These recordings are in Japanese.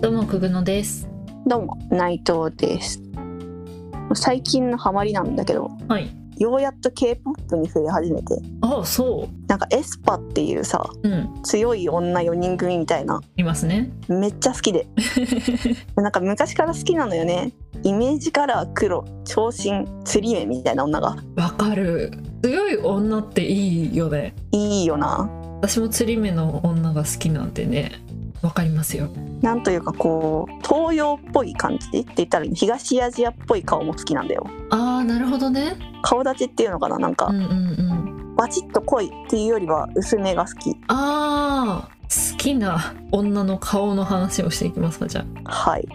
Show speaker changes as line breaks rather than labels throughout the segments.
どうもくぐのです。
どうも内藤です最近のハマりなんだけど
はい。
ようやっと k p o p に触れ始めて
ああ、そ
なんかエスパっていうさ
う。うん。
強い女4人組みたいない
ますね。
めっちゃ好 きでなんか昔から好きなのよねイメージカラー黒長身釣り目みたいな女が
わかる。強い女っていいよね。
いいよな
私も釣り目の女が好きなんでね。わかりますよ。
なんというかこう東洋っぽい感じって言ったらいいの東アジアっぽい顔も好きなんだよ
ああ、なるほどね。
顔立ちっていうのかななん
う
か
んうんうん。
バチッと濃いっていうよりは薄めが好き
ああ、好きな女の顔の話をしていきますか、じゃあ。
はい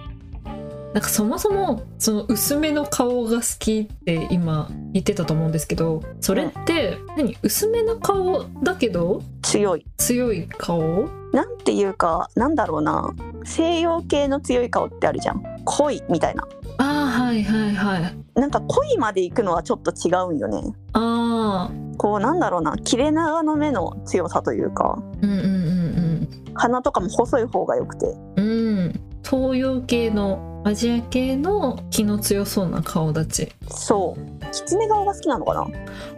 なんかそもそもその薄めの顔が好きって今言ってたと思うんですけどそれって何薄めの顔だけど
強い
強い顔
なんていうかなんだろうな西洋系の強い顔ってあるじゃん濃いみたいな
ああはいはいはい
なんか濃いまで行くのはちょっと違うんよね
ああ
こうなんだろうな切れ長の目の強さというか
うんうんうん
鼻とかも細い方が良くて
うんうん東洋系のアジア系の気の強そうな顔立ち
そう狐顔が好きなのかな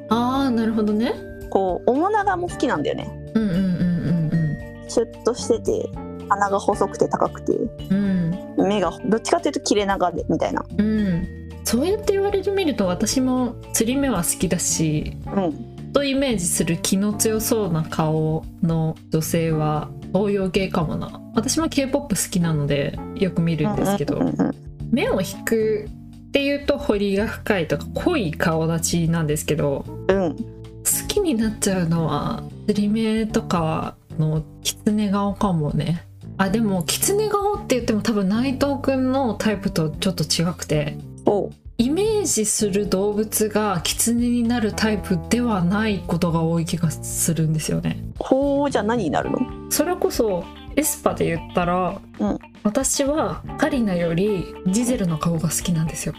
ああなるほどね
こう面長も好きなんだよね
うんうんうん
シュッとしてて鼻が細くて高くて
うんうん
目がどっちかというと切れ長でみたいな
うんうんそうやって言われてみると私も釣り目は好きだし
うん
とイメージする気の強そうな顔の女性は東洋系かもな私も k p o p 好きなのでよく見るんですけど、
うんうんうん
目を引くっていうと彫りが深いとか濃い顔立ちなんですけど
うんうん
好きになっちゃうのは釣り目とかの狐顔かもねあでも狐顔って言っても多分内藤くんのタイプとちょっと違くて
おう
イメージする動物が狐になるタイプではないことが多い気がするんですよね
ほうじゃあ何になるの
それこそエスパで言ったら、
うん
私はカリナよりジゼルの顔が好きなんですよ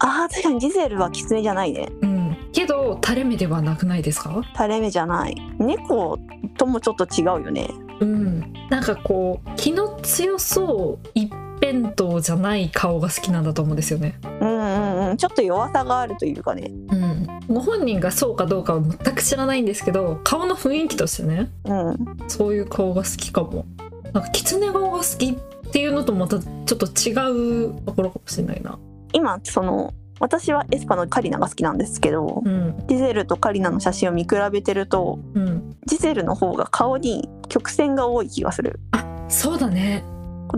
あー確かにジゼルは狐じゃないね
うん、けど垂れ目ではなくないですか
垂れ目じゃない猫ともちょっと違うよね
うんなんかこう気の強そう一辺倒じゃない顔が好きなんだと思うんですよね
うんうんうんちょっと弱さがあるというかね
うんご本人がそうかどうかは全く知らないんですけど顔の雰囲気としてね
うん
そういう顔が好きかもなんか狐顔が好きっていうのとまたちょっと違うところかもしれないな
今その私はエスパのカリナが好きなんですけど
うん
ジゼルとカリナの写真を見比べてると
うん
ジゼルの方が顔に曲線が多い気がする
そうだね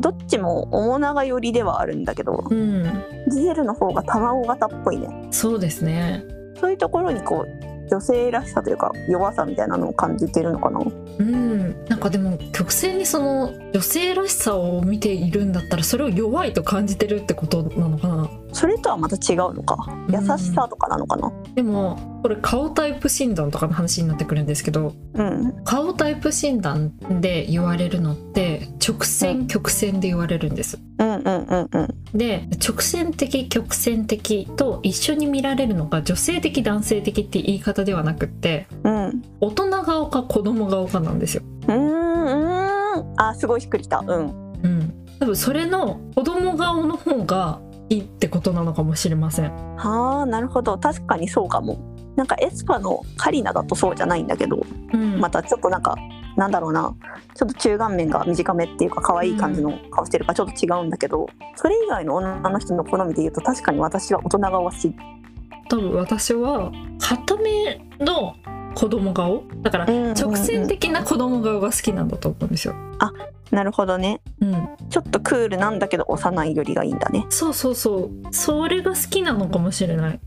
どっちも面長寄りではあるんだけど
うん
ジゼルの方が卵型っぽいね
そうですね
そういうところにこう女性らしさというか弱さみたいなのを感じてるのかな
うん、なんかでも曲線にその女性らしさを見ているんだったらそれを弱いと感じてるってことなのかな
それとはまた違うのか優しさとかなのかな
でもこれ顔タイプ診断とかの話になってくるんですけど
うん
顔タイプ診断で言われるのって直線曲線で言われるんです
うんうんうんうん
で直線的曲線的と一緒に見られるのが女性的男性的って言い方ではなくって
うん
大人顔か子供顔かなんですよ
うーんうーんあすごいしっくりきたうん
うん、多分それの子供顔の方がいいってことなのかもしれません
はあなるほど確かにそうかもなんかエスパのカリナだとそうじゃないんだけど
うん、
またちょっとなんかなんだろうなちょっと中顔面が短めっていうか可愛い感じの顔してるからちょっと違うんだけど、それ以外の女の人の好みで言うと確かに私は大人顔が好き
多分私は固めの子供顔だから
うんうんうん
直線的な子供顔が好きなんだと思うんですよ、
なるほどね
うん、
ちょっとクールなんだけど幼いよりがいいんだね
そうそうそうそれが好きなのかもしれない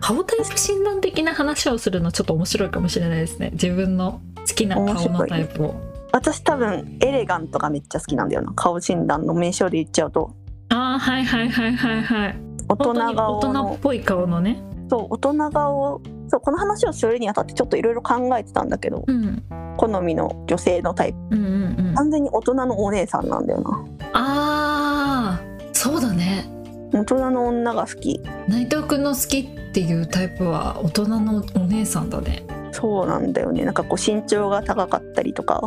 顔タイプ診断的な話をするのちょっと面白いかもしれないですね自分の好きな顔のタイプを、
私多分エレガントがめっちゃ好きなんだよな顔診断の名称で言っちゃうと
ああはいはいはいはいはい
大人
本当に大
顔の
人っぽい顔のね
そう大人顔そうこの話をするにあたってちょっといろいろ考えてたんだけど
うん
好みの女性のタイプ
うんうんうん
完全に大人のお姉さんなんだよな
あーそうだね
大人の女が好き
内藤君の好きっていうタイプは大人のお姉さんだね
そうなんだよねなんかこう身長が高かったりとか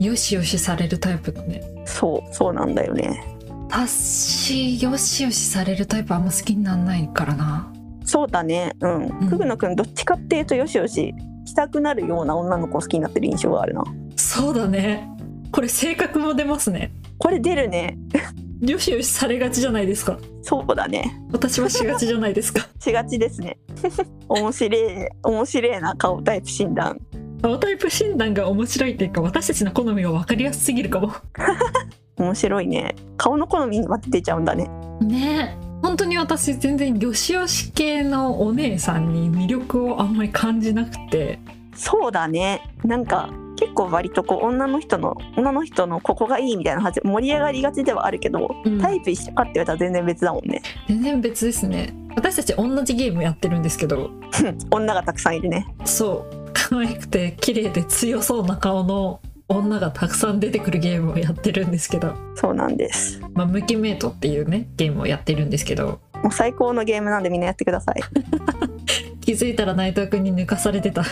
よしよしされるタイプだね
そうそうなんだよね
私よしよしされるタイプあんま好きになんないからな
そうだねうん、
うん
久久野くんどっちかっていうとよしよししたくなるような女の子を好きになってる印象があるな
そうだねこれ性格も出ますね
これ出るね
よしよしされがちじゃないですか
そうだね
私はしがちじゃないです か
しがちですね 面白い面白いな顔タイプ診断
青タイプ診断が面白いっていうか私たちの好みが分かりやすすぎるかも
面白いね顔の好みにまで出ちゃうんだね
ね本当に私全然よしよし系のお姉さんに魅力をあんまり感じなくて
そうだねなんか結構割とこう女の人の女の人のここがいいみたいな話盛り上がりがちではあるけど
うん
タイプ一緒かって言われたら全然別だもんね
全然別ですね私たち同じゲームやってるんですけど
女がたくさんいるね
そう可愛くて綺麗で強そうな顔の女がたくさん出てくるゲームをやってるんですけど、
そうなんです
まあ、ムキメイトっていうねゲームをやってるんですけど
もう最高のゲームなんでみんなやってください
気づいたら内藤君に抜かされて た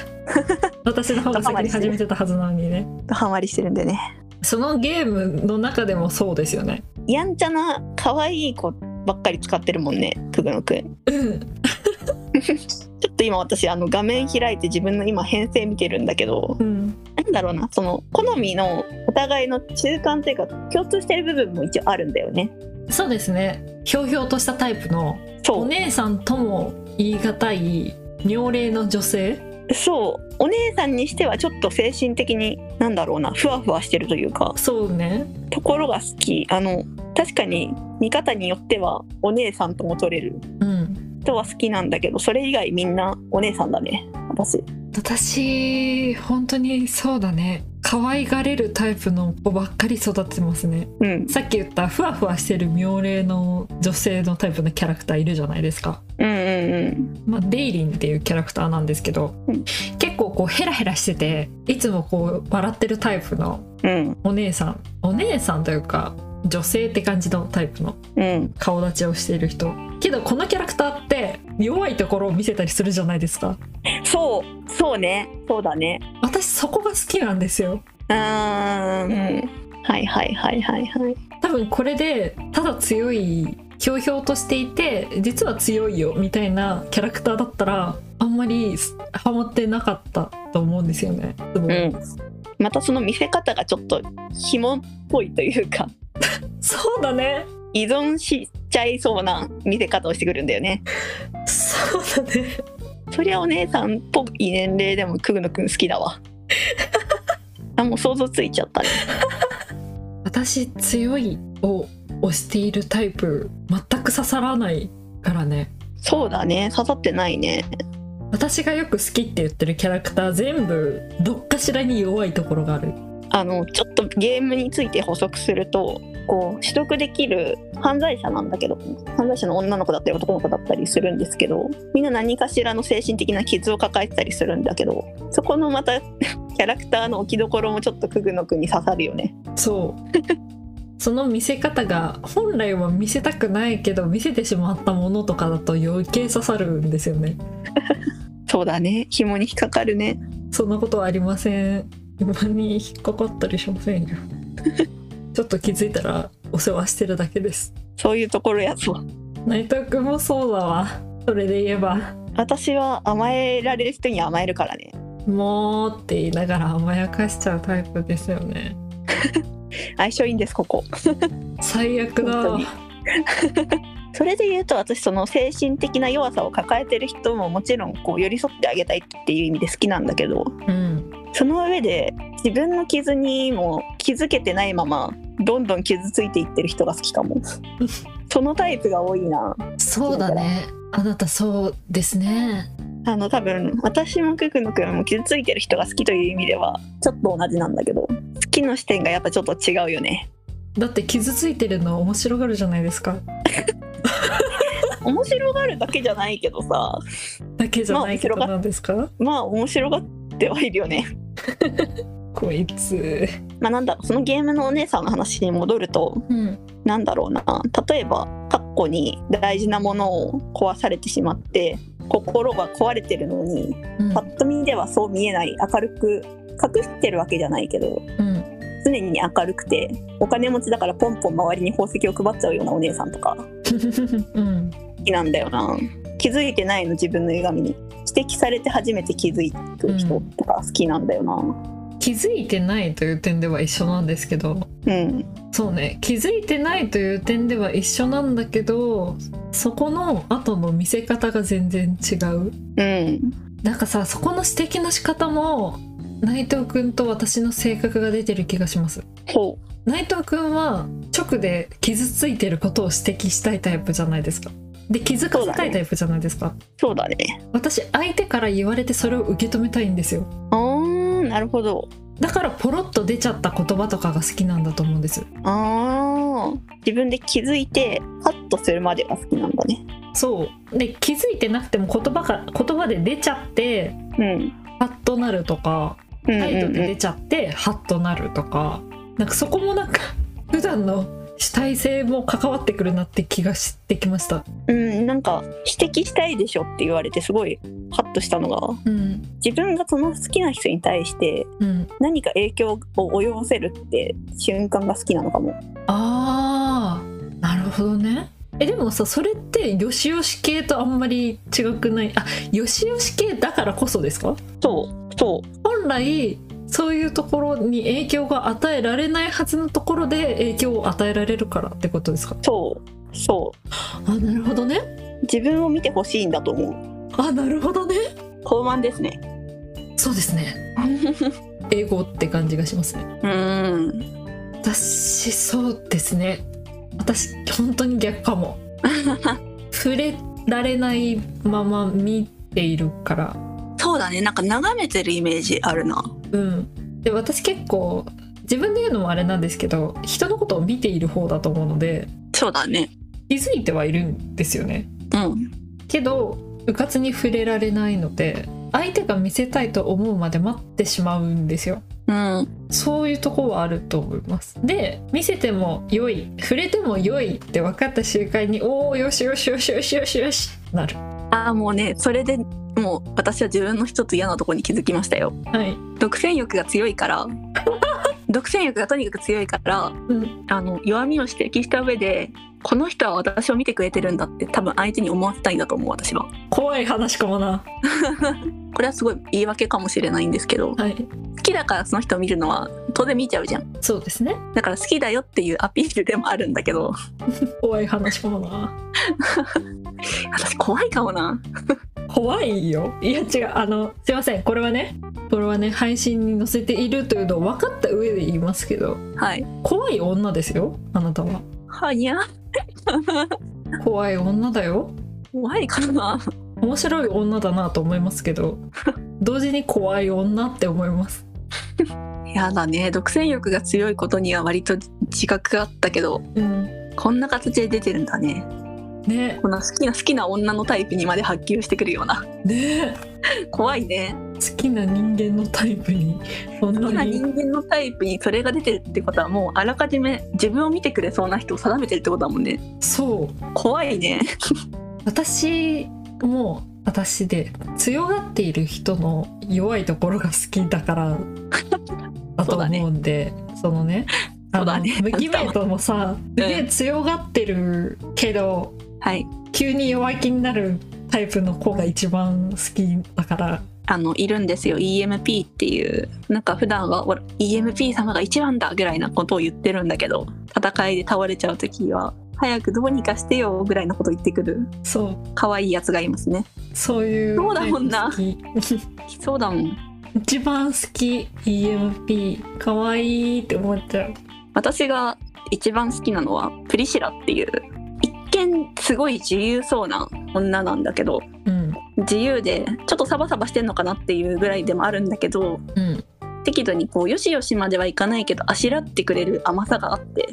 私の方が先に始めてたはずなのにね
ハマりしてるんでね
そのゲームの中でもそうですよね
やんちゃな可愛い子ばっかり使ってるもんねくぐのくん
うん
ちょっと今私あの画面開いて自分の今編成見てるんだけど
うん
なんだろうなその好みのお互いの中間というか共通してる部分も一応あるんだよね
そうですねひょうひょうとしたタイプの
そ
お姉さんとも言い難い妙齢の女性
うそうお姉さんにしてはちょっと精神的になんだろうなふわふわしてるというか
そうね
ところが好きあの確かに見方によってはお姉さんとも取れる
うん
人は好きなんだけどそれ以外みんなお姉さんだね私
私本当にそうだね可愛がれるタイプの子ばっかり育ってますね
うん
さっき言ったふわふわしてる妙齢の女性のタイプのキャラクターいるじゃないですか、
うんうん
まあ、デイリンっていうキャラクターなんですけど、
うん
結構こうヘラヘラしてていつもこう笑ってるタイプの
うん
お姉さんお姉さんというか女性って感じのタイプの
うんうん
顔立ちをしている人けどこのキャラクターって弱いところを見せたりするじゃないですか
そうそうねそうだね
私そこが好きなんですよ
うーんはいはいはいはいはい
多分これでただ強いひょうひょうとしていて実は強いよみたいなキャラクターだったらあんまりハマってなかったと思うんですよね。でも
うんまたその見せ方がちょっと紐っぽいというか
そうだね
依存しちゃいそうな見せ方をしてくるんだよね
そうだね
そりゃお姉さんっぽい年齢でもくぐのくん好きだわあもう想像ついちゃったね
私強いを推しているタイプ全く刺さらないからね
そうだね刺さってないね
私がよく好きって言ってるキャラクター全部どっかしらに弱いところがある
あのちょっとゲームについて補足するとこう取得できる犯罪者なんだけど犯罪者の女の子だったり男の子だったりするんですけどみんな何かしらの精神的な傷を抱えてたりするんだけどそこのまた キャラクターの置きどころもちょっとクグノ君に刺さるよね
そう その見せ方が本来は見せたくないけど見せてしまったものとかだと余計刺さるんですよね
そうだね紐に引っかかるね
そんなことはありません今に引っかかったりしませ んよちょっと気づいたらお世話してるだけです
そういうところやそう
内藤君もそうだわそれで言えば
私は甘えられる人に甘えるからね
「もう」って言いながら甘やかしちゃうタイプですよね
相性いいんですここ
最悪だ
本当にそれで言うと私その精神的な弱さを抱えてる人ももちろんこう寄り添ってあげたいっていう意味で好きなんだけど
うん
その上で自分の傷にも気づけてないままどんどん傷ついていってる人が好きかもそのタイプが多いな
そうだねあなたそうですね
あの多分私もククノ君も傷ついてる人が好きという意味ではちょっと同じなんだけど好きの視点がやっぱちょっと違うよね
だって傷ついてるの面白がるじゃないですか
面白がるだけじゃないけどさ
だけじゃないけどなんですか、
まあ面白がってはいるよね
こいつ、
まあなんだろうそのゲームのお姉さんの話に戻ると
うん、
なんだろうな例えばカッコに大事なものを壊されてしまって心が壊れてるのにパッと見ではそう見えない明るく隠してるわけじゃないけど常に明るくてお金持ちだからポンポン周りに宝石を配っちゃうようなお姉さんとか
うん
好きなんだよな気づいてないの自分の歪みに指摘されて初めて気づく人とか好きなんだよな
気づいてないという点では一緒なんですけど
うん
そうね気づいてないという点では一緒なんだけどそこの後の見せ方が全然違う
うん
なんかさそこの指摘の仕方も内藤くんと私の性格が出てる気がします
ほ
内藤くんは直で傷ついてることを指摘したいタイプじゃないですかで気づかせたいタイプじゃないですか、
うそうだね
私相手から言われてそれを受け止めたいんですよ
あーなるほど
だからポロッと出ちゃった言葉とかが好きなんだと思うんです
あー自分で気づいてハッとするまでが好きなんだね
そうで気づいてなくても言葉が言葉で出ちゃって
うん
ハッとなるとか
うんうん
態度で
う
出
ん
ちゃってハッとなるとかなんかそこもなんか普段の主体性も関わってくるなって気がしてきました
うん、なんか指摘したいでしょって言われてすごいハッとしたのが
うん
自分がその好きな人に対して
うん
何か影響を及ぼせるって瞬間が好きなのかも
あーなるほどねえでもさそれってよしよし系とあんまり違くないあよしよし系だからこそですか
そうそう
本来そういうところに影響が与えられないはずのところで影響を与えられるからってことですか
そうそ
あなるほどね
う自分を見てほしいんだと思う
あなるほどね
傲慢ですね
そうですね英語って感じがしますね
うん
私そうですね私本当に逆かも触れられないまま見ているから
そうだねなんか眺めてるイメージあるな
うん、で私結構自分で言うのもあれなんですけど人のことを見ている方だと思うので
そうだね
気づいてはいるんですよね
うん
けどうかつに触れられないので相手が見せたいと思うまで待ってしまうんですよ
うん
そういうとこはあると思いますで見せても良い触れても良いって分かった瞬間におおよしよしよしよしよしよしなる
ああもうねそれでもう私は自分の一つ嫌なとこに気づきましたよ
はい
独占欲が強いから独占欲がとにかく強いから
うん
あの弱みを指摘した上でこの人は私を見てくれてるんだって多分相手に思わせたいんだと思う私は
怖い話かもな
これはすごい言い訳かもしれないんですけど
はい
好きだからその人を見るのは当然見ちゃうじゃん
そうですね
だから好きだよっていうアピールでもあるんだけど
怖い話かもな
私怖いかもな
怖いよいや違うあのすいませんこれはねこれはね配信に載せているというのを分かった上で言いますけど
はい
怖い女ですよあなたは
はにゃ
怖い女だよ
怖いかな
面白い女だなと思いますけど同時に怖い女って思います
やだね独占欲が強いことには割と自覚があったけど
うん
こんな形で出てるんだね
ね
この好きな好きな女のタイプにまで発球してくるような
ね
怖いね
好きな人間のタイプにそん
好き
な
な
に
人間のタイプにそれが出てるってことはもうあらかじめ自分を見てくれそうな人を定めてるってことだもんね
そう
怖いね
私も私で強がっている人の弱いところが好きだ からだと思うんでそ,、のねあ
そう
の
だね
無記名とも さすげえ強がってるけど、
はい
急に弱気になるタイプの子が一番好きだから
あのいるんですよ EMP っていうなんか普段はほら EMP 様が一番だぐらいなことを言ってるんだけど戦いで倒れちゃう時は早くどうにかしてよぐらいなこと言ってくる
そう
可愛いやつがいますね
そういう
そうだもんな
タイプ好き
そうだもん
一番好き EMP かわいいって思っちゃう
私が一番好きなのはプリシラっていう一見すごい自由そうな女なんだけど
うん
自由でちょっとサバサバしてんのかなっていうぐらいでもあるんだけど
うん
適度にこうよしよしまではいかないけどあしらってくれる甘さがあって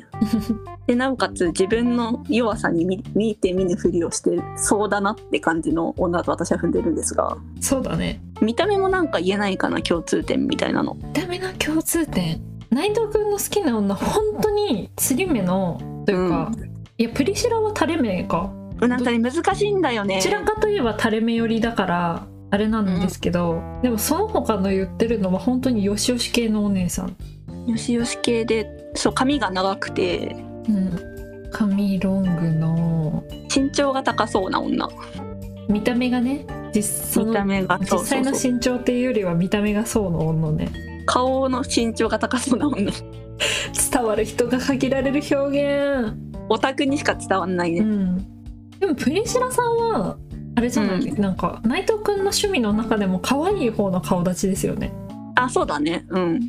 でなおかつ自分の弱さに見見て見ぬふりをしてそうだなって感じの女と私は踏んでるんですが
そうだね
見た目もなんか言えないかな共通点みたいなの
見た目の共通点内藤君の好きな女本当に釣り目のというか、いやプリシラは垂れ目か
なんかね難しいんだよね
どちらかといえば垂れ目寄りだからあれなんですけど、でもその他の言ってるのは本当によしよし系のお姉さん
よしよし系でそう髪が長くて
うん、髪ロングの
身長が高そうな女
見た目がね実そ
見
の
た目がそう
実際の
そうそう
身長っていうよりは見た目がそうの女ね
顔の身長が高そうな女
伝わる人が限られる表現
オタクにしか伝わんないね、
うん、でもプリシラさんはあれじゃない、
う
なんか内藤くんの趣味の中でも可愛い方の顔立ちですよね
あそうだねうん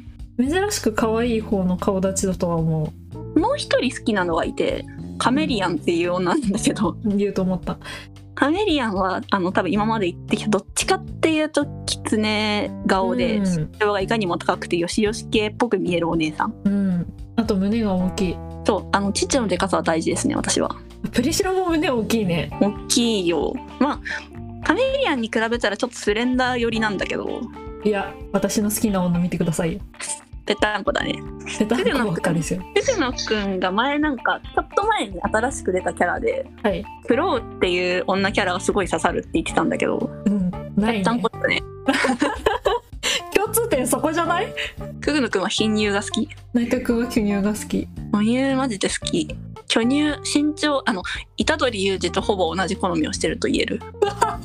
珍しく可愛い方の顔立ちだとは思
もう一人好きなのがいてカメリアンっていう女なんだけど
う言うと思った
カメリアンはあの多分今まで言ってきたどっちかっていうと狐顔で、
うん
身長がいかにも高くてよしよし系っぽく見えるお姉さん
うんあと胸が大きい
そうあの父のでかさは大事ですね私は
プリシラも胸大きいね
大きいよまあカメリアンに比べたらちょっとスレンダー寄りなんだけど
いや私の好きな女見てくださいよ
ぺったんこだね
ベタなばっかりですよ
藤野くんが前なんかちょっと前に新しく出たキャラで
はい
フローっていう女キャラがすごい刺さるって言ってたんだけど
うんな
ぺ
い
ったん
ね
こだね
共通点そこじゃない
藤野くんは貧乳が好き
内藤くんは巨乳が好き
巨乳マジで好き巨乳身長あの虎杖裕二とほぼ同じ好みをしてると言えるカ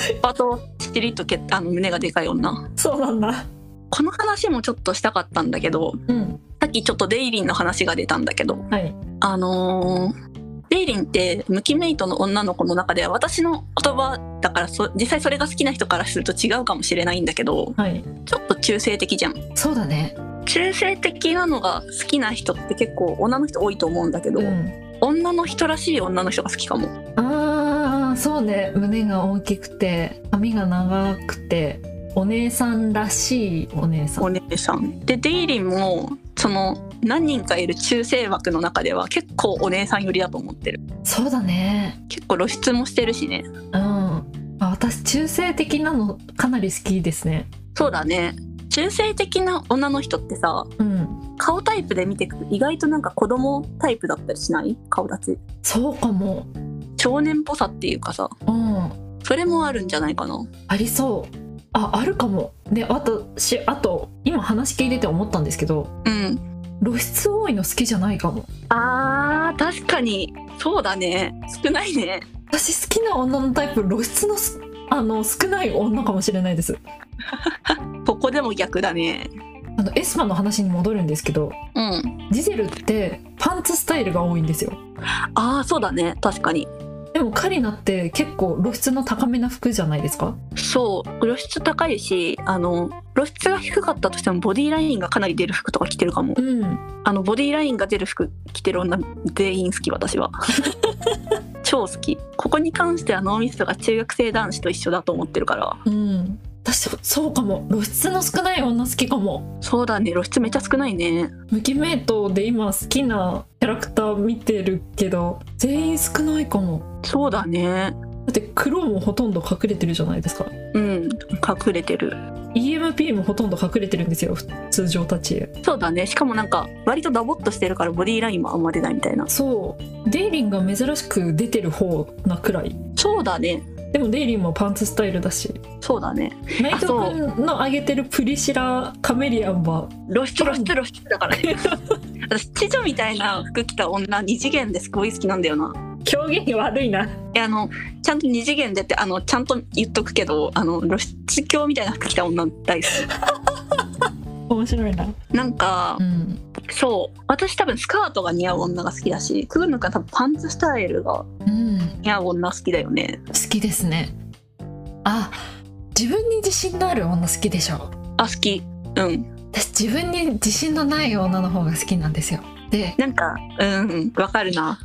ッパとチリとけあの胸がでかい女
そうなんだ
この話もちょっとしたかったんだけど
うん
さっきちょっとデイリンの話が出たんだけど
はい
あのーデイリンってムキメイトの女の子の中では私の言葉だからそ実際それが好きな人からすると違うかもしれないんだけど
はい
ちょっと中性的じゃん
そうだね
中性的なのが好きな人って結構女の人多いと思うんだけど、
うん
女の人らしい女の人が好きかも
あーそうね胸が大きくて髪が長くてお姉さんらしいお姉さん
お姉さんでデイリンもその何人かいる中性枠の中では結構お姉さん寄りだと思ってる
そうだね
結構露出もしてるしね
うんあ私中性的なのかなり好きですね
そうだね中性的な女の人ってさ
うん
顔タイプで見ていくと意外となんか子供タイプだったりしない顔立ち
そうかも
少年っぽさっていうかさ
うん
それもあるんじゃないかな
ありそうああるかもで私あと今話聞いてて思ったんですけど
うん
露出多いの好きじゃないかも
あー確かにそうだね少ないね
私好きな女のタイプ露出のすあの少ない女かもしれないです
ここでも逆だね
あのエスパの話に戻るんですけど
うん
ジゼルってパンツスタイルが多いんですよ
ああそうだね確かに
でもカリナって結構露出の高めな服じゃないですか
そう露出高いしあの露出が低かったとしてもボディラインがかなり出る服とか着てるかも
うん
あのボディラインが出る服着てる女全員好き私は超好きここに関しては脳みそが中学生男子と一緒だと思ってるから
うん私そうかも露出の少ない女好きかも
そうだね露出めっちゃ少ないね
無記名刀で今好きなキャラクター見てるけど全員少ないかも
そうだね
だって黒もほとんど隠れてるじゃないですか
うん隠れてる
EMP もほとんど隠れてるんですよ普通常立ち
そうだねしかもなんか割とダボっとしてるからボディラインもあんま出ないみたいな
そうデイリンが珍しく出てる方なくらい
そうだね
でもデイリンもパンツスタイルだし
そうだね
内藤君の挙げてるプリシラカメリアンは
露出露出露出だからね私知女みたいな服着た女二次元ですごい好きなんだよな
表現悪いな。
いやあのちゃんと二次元でってあのちゃんと言っとくけどあの露出狂みたいな服着た女大好
面白いな。
きなんか
ん。
そう私多分スカートが似合う女が好きだしクーヌ君は多分パンツスタイルが
うん。
似合う女好きだよね
好きですね。あ、自分に自信のある女好きでしょ。
あ好きうん
私自分に自信のない女の方が好きなんですよ。で、
なんかうんわかるな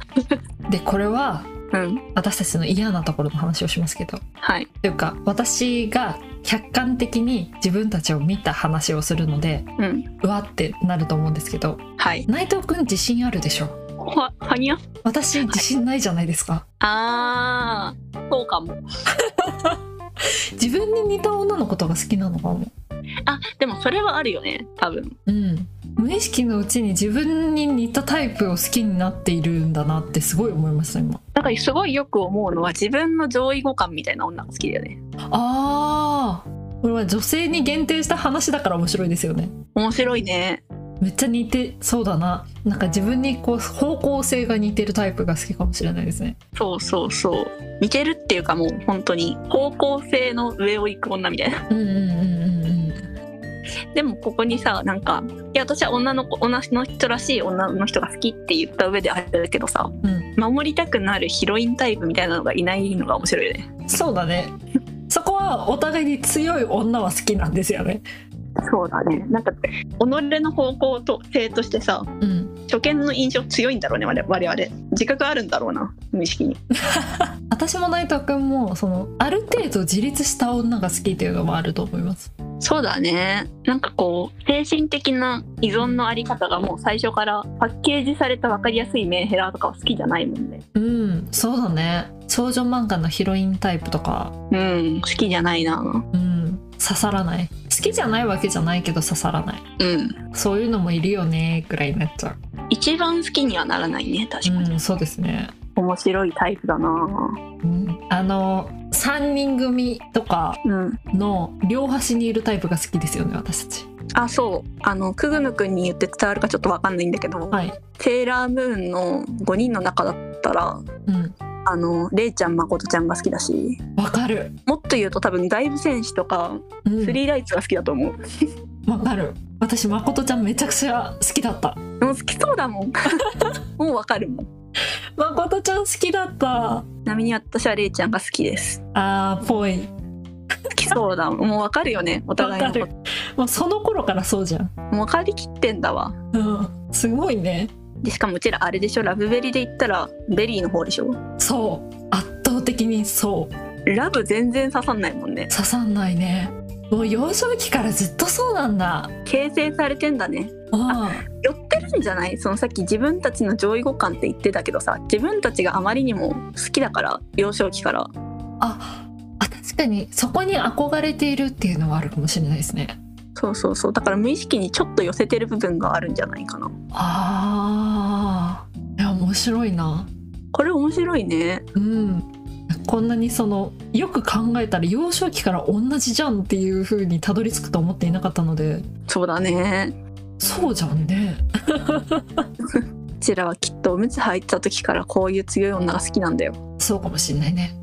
でこれは
うん
私たちの嫌なところの話をしますけど、
はい
というか私が客観的に自分たちを見た話をするので、
うん
うわってなると思うんですけど、
はい
内藤くん自信あるでしょ。
ははにゃ
私自信ないじゃないですか。
あーそうかも
自分に似た女のことが好きなのかも。
あでもそれはあるよね多分
うん、無意識のうちに自分に似たタイプを好きになっているんだなってすごい思いました今
だからすごいよく思うのは自分の上位互換みたいな女が好きだよね
あーこれは女性に限定した話だから面白いですよね
面白いね
めっちゃ似てそうだななんか自分にこう方向性が似てるタイプが好きかもしれないですね
そうそうそう似てるっていうかもう本当に方向性の上を行く女みたいな
うんうんうんうんうん
でもここにさなんかいや私は女の子女の人らしい女の人が好きって言った上であれだけどさ、
うん
守りたくなるヒロインタイプみたいなのがいないのが面白いよね
そうだねそこはお互いに強い女は好きなんですよね
そうだねなんか己の方向と性としてさ
うん
初見の印象強いんだろうね我々我々自覚あるんだろうな無意識に
私も内藤君もそのある程度自立した女が好きっていうのもあると思います
そうだねなんかこう精神的な依存のあり方がもう最初からパッケージされた分かりやすいメンヘラとかは好きじゃないもんね
うんそうだね少女漫画のヒロインタイプとか
うん好きじゃないな
うん刺さらない好きじゃないわけじゃないけど刺さらない
うん
そういうのもいるよねぐらいになっちゃう
一番好きにはならないね確かに、
うんそうですね
面白いタイプだな
うんあの3人組とか
うん
の両端にいるタイプが好きですよね私たち
あそうあのくぐぬくんに言って伝わるかちょっと分かんないんだけど、
はい
セーラームーンの5人の中だったら
うん
あのレイちゃんまことちゃんが好きだし
わかる
もっと言うと多分ダイブ戦士とか
うん
スリーライツが好きだと思う、
わかる私まことちゃんめちゃくちゃ好きだった
でも好きそうだ もんもうわかるもん
まことちゃん好きだった
ちなみに私はレイちゃんが好きです
あーぽい
好きそうだもんもうわかるよねお
わ
互い
か
のこ
るもうその頃からそうじゃん
ともう分かりきってんだわ
うんすごいね
でしかもうちらあれでしょラブベリで言ったらベリーの方でしょ
そう圧倒的にそう
ラブ全然刺さんないもんね
刺さんないねもう幼少期からずっとそうなんだ
形成されてんだね
あ
寄ってるんじゃないそのさっき自分たちの上位互換って言ってたけどさ自分たちがあまりにも好きだから幼少期か
あ
ら
あ確かにそこに憧れているっていうのはあるかもしれないですね
そうそうそうだから無意識にちょっと寄せてる部分があるんじゃないかな
ああいや面白いな
これ面白いね
うんこんなにそのよく考えたら幼少期から同じじゃんっていう風にたどり着くと思っていなかったので
そうだね
そうじゃんね
うちらはきっとおむつ履いてた時からこういう強い女が好きなんだよ
そうかもしんないね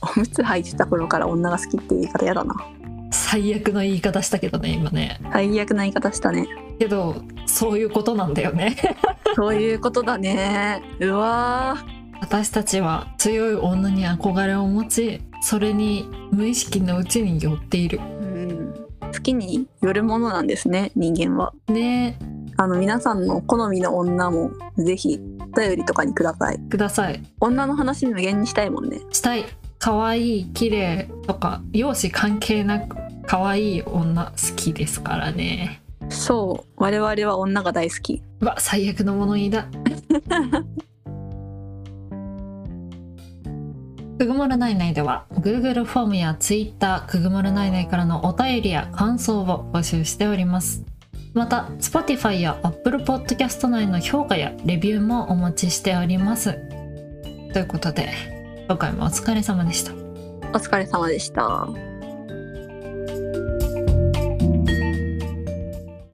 おむつ履いてた頃から女が好きって言い方やだな
最悪の言い方したけどね今ね
最悪な言い方したね
けどそういうことなんだよね
そういうことだねうわ
私たちは強い女に憧れを持ちそれに無意識のうちに寄っている
ーうん好きによるものなんですね人間は
ね
あの皆さんの好みの女もぜひお便りとかにください
ください
女の話無限にしたいもんね
したい可愛い綺麗とか容姿関係なく可愛い女好きですからね
そう我々は女が大好き
うわ最悪の物言いだくぐもるないないでは Google フォームや Twitter くぐもるないないからのお便りや感想を募集しておりますまた Spotify や Apple Podcast 内の評価やレビューもお待ちしておりますということで今回もお疲れ様でした
お疲れ様でした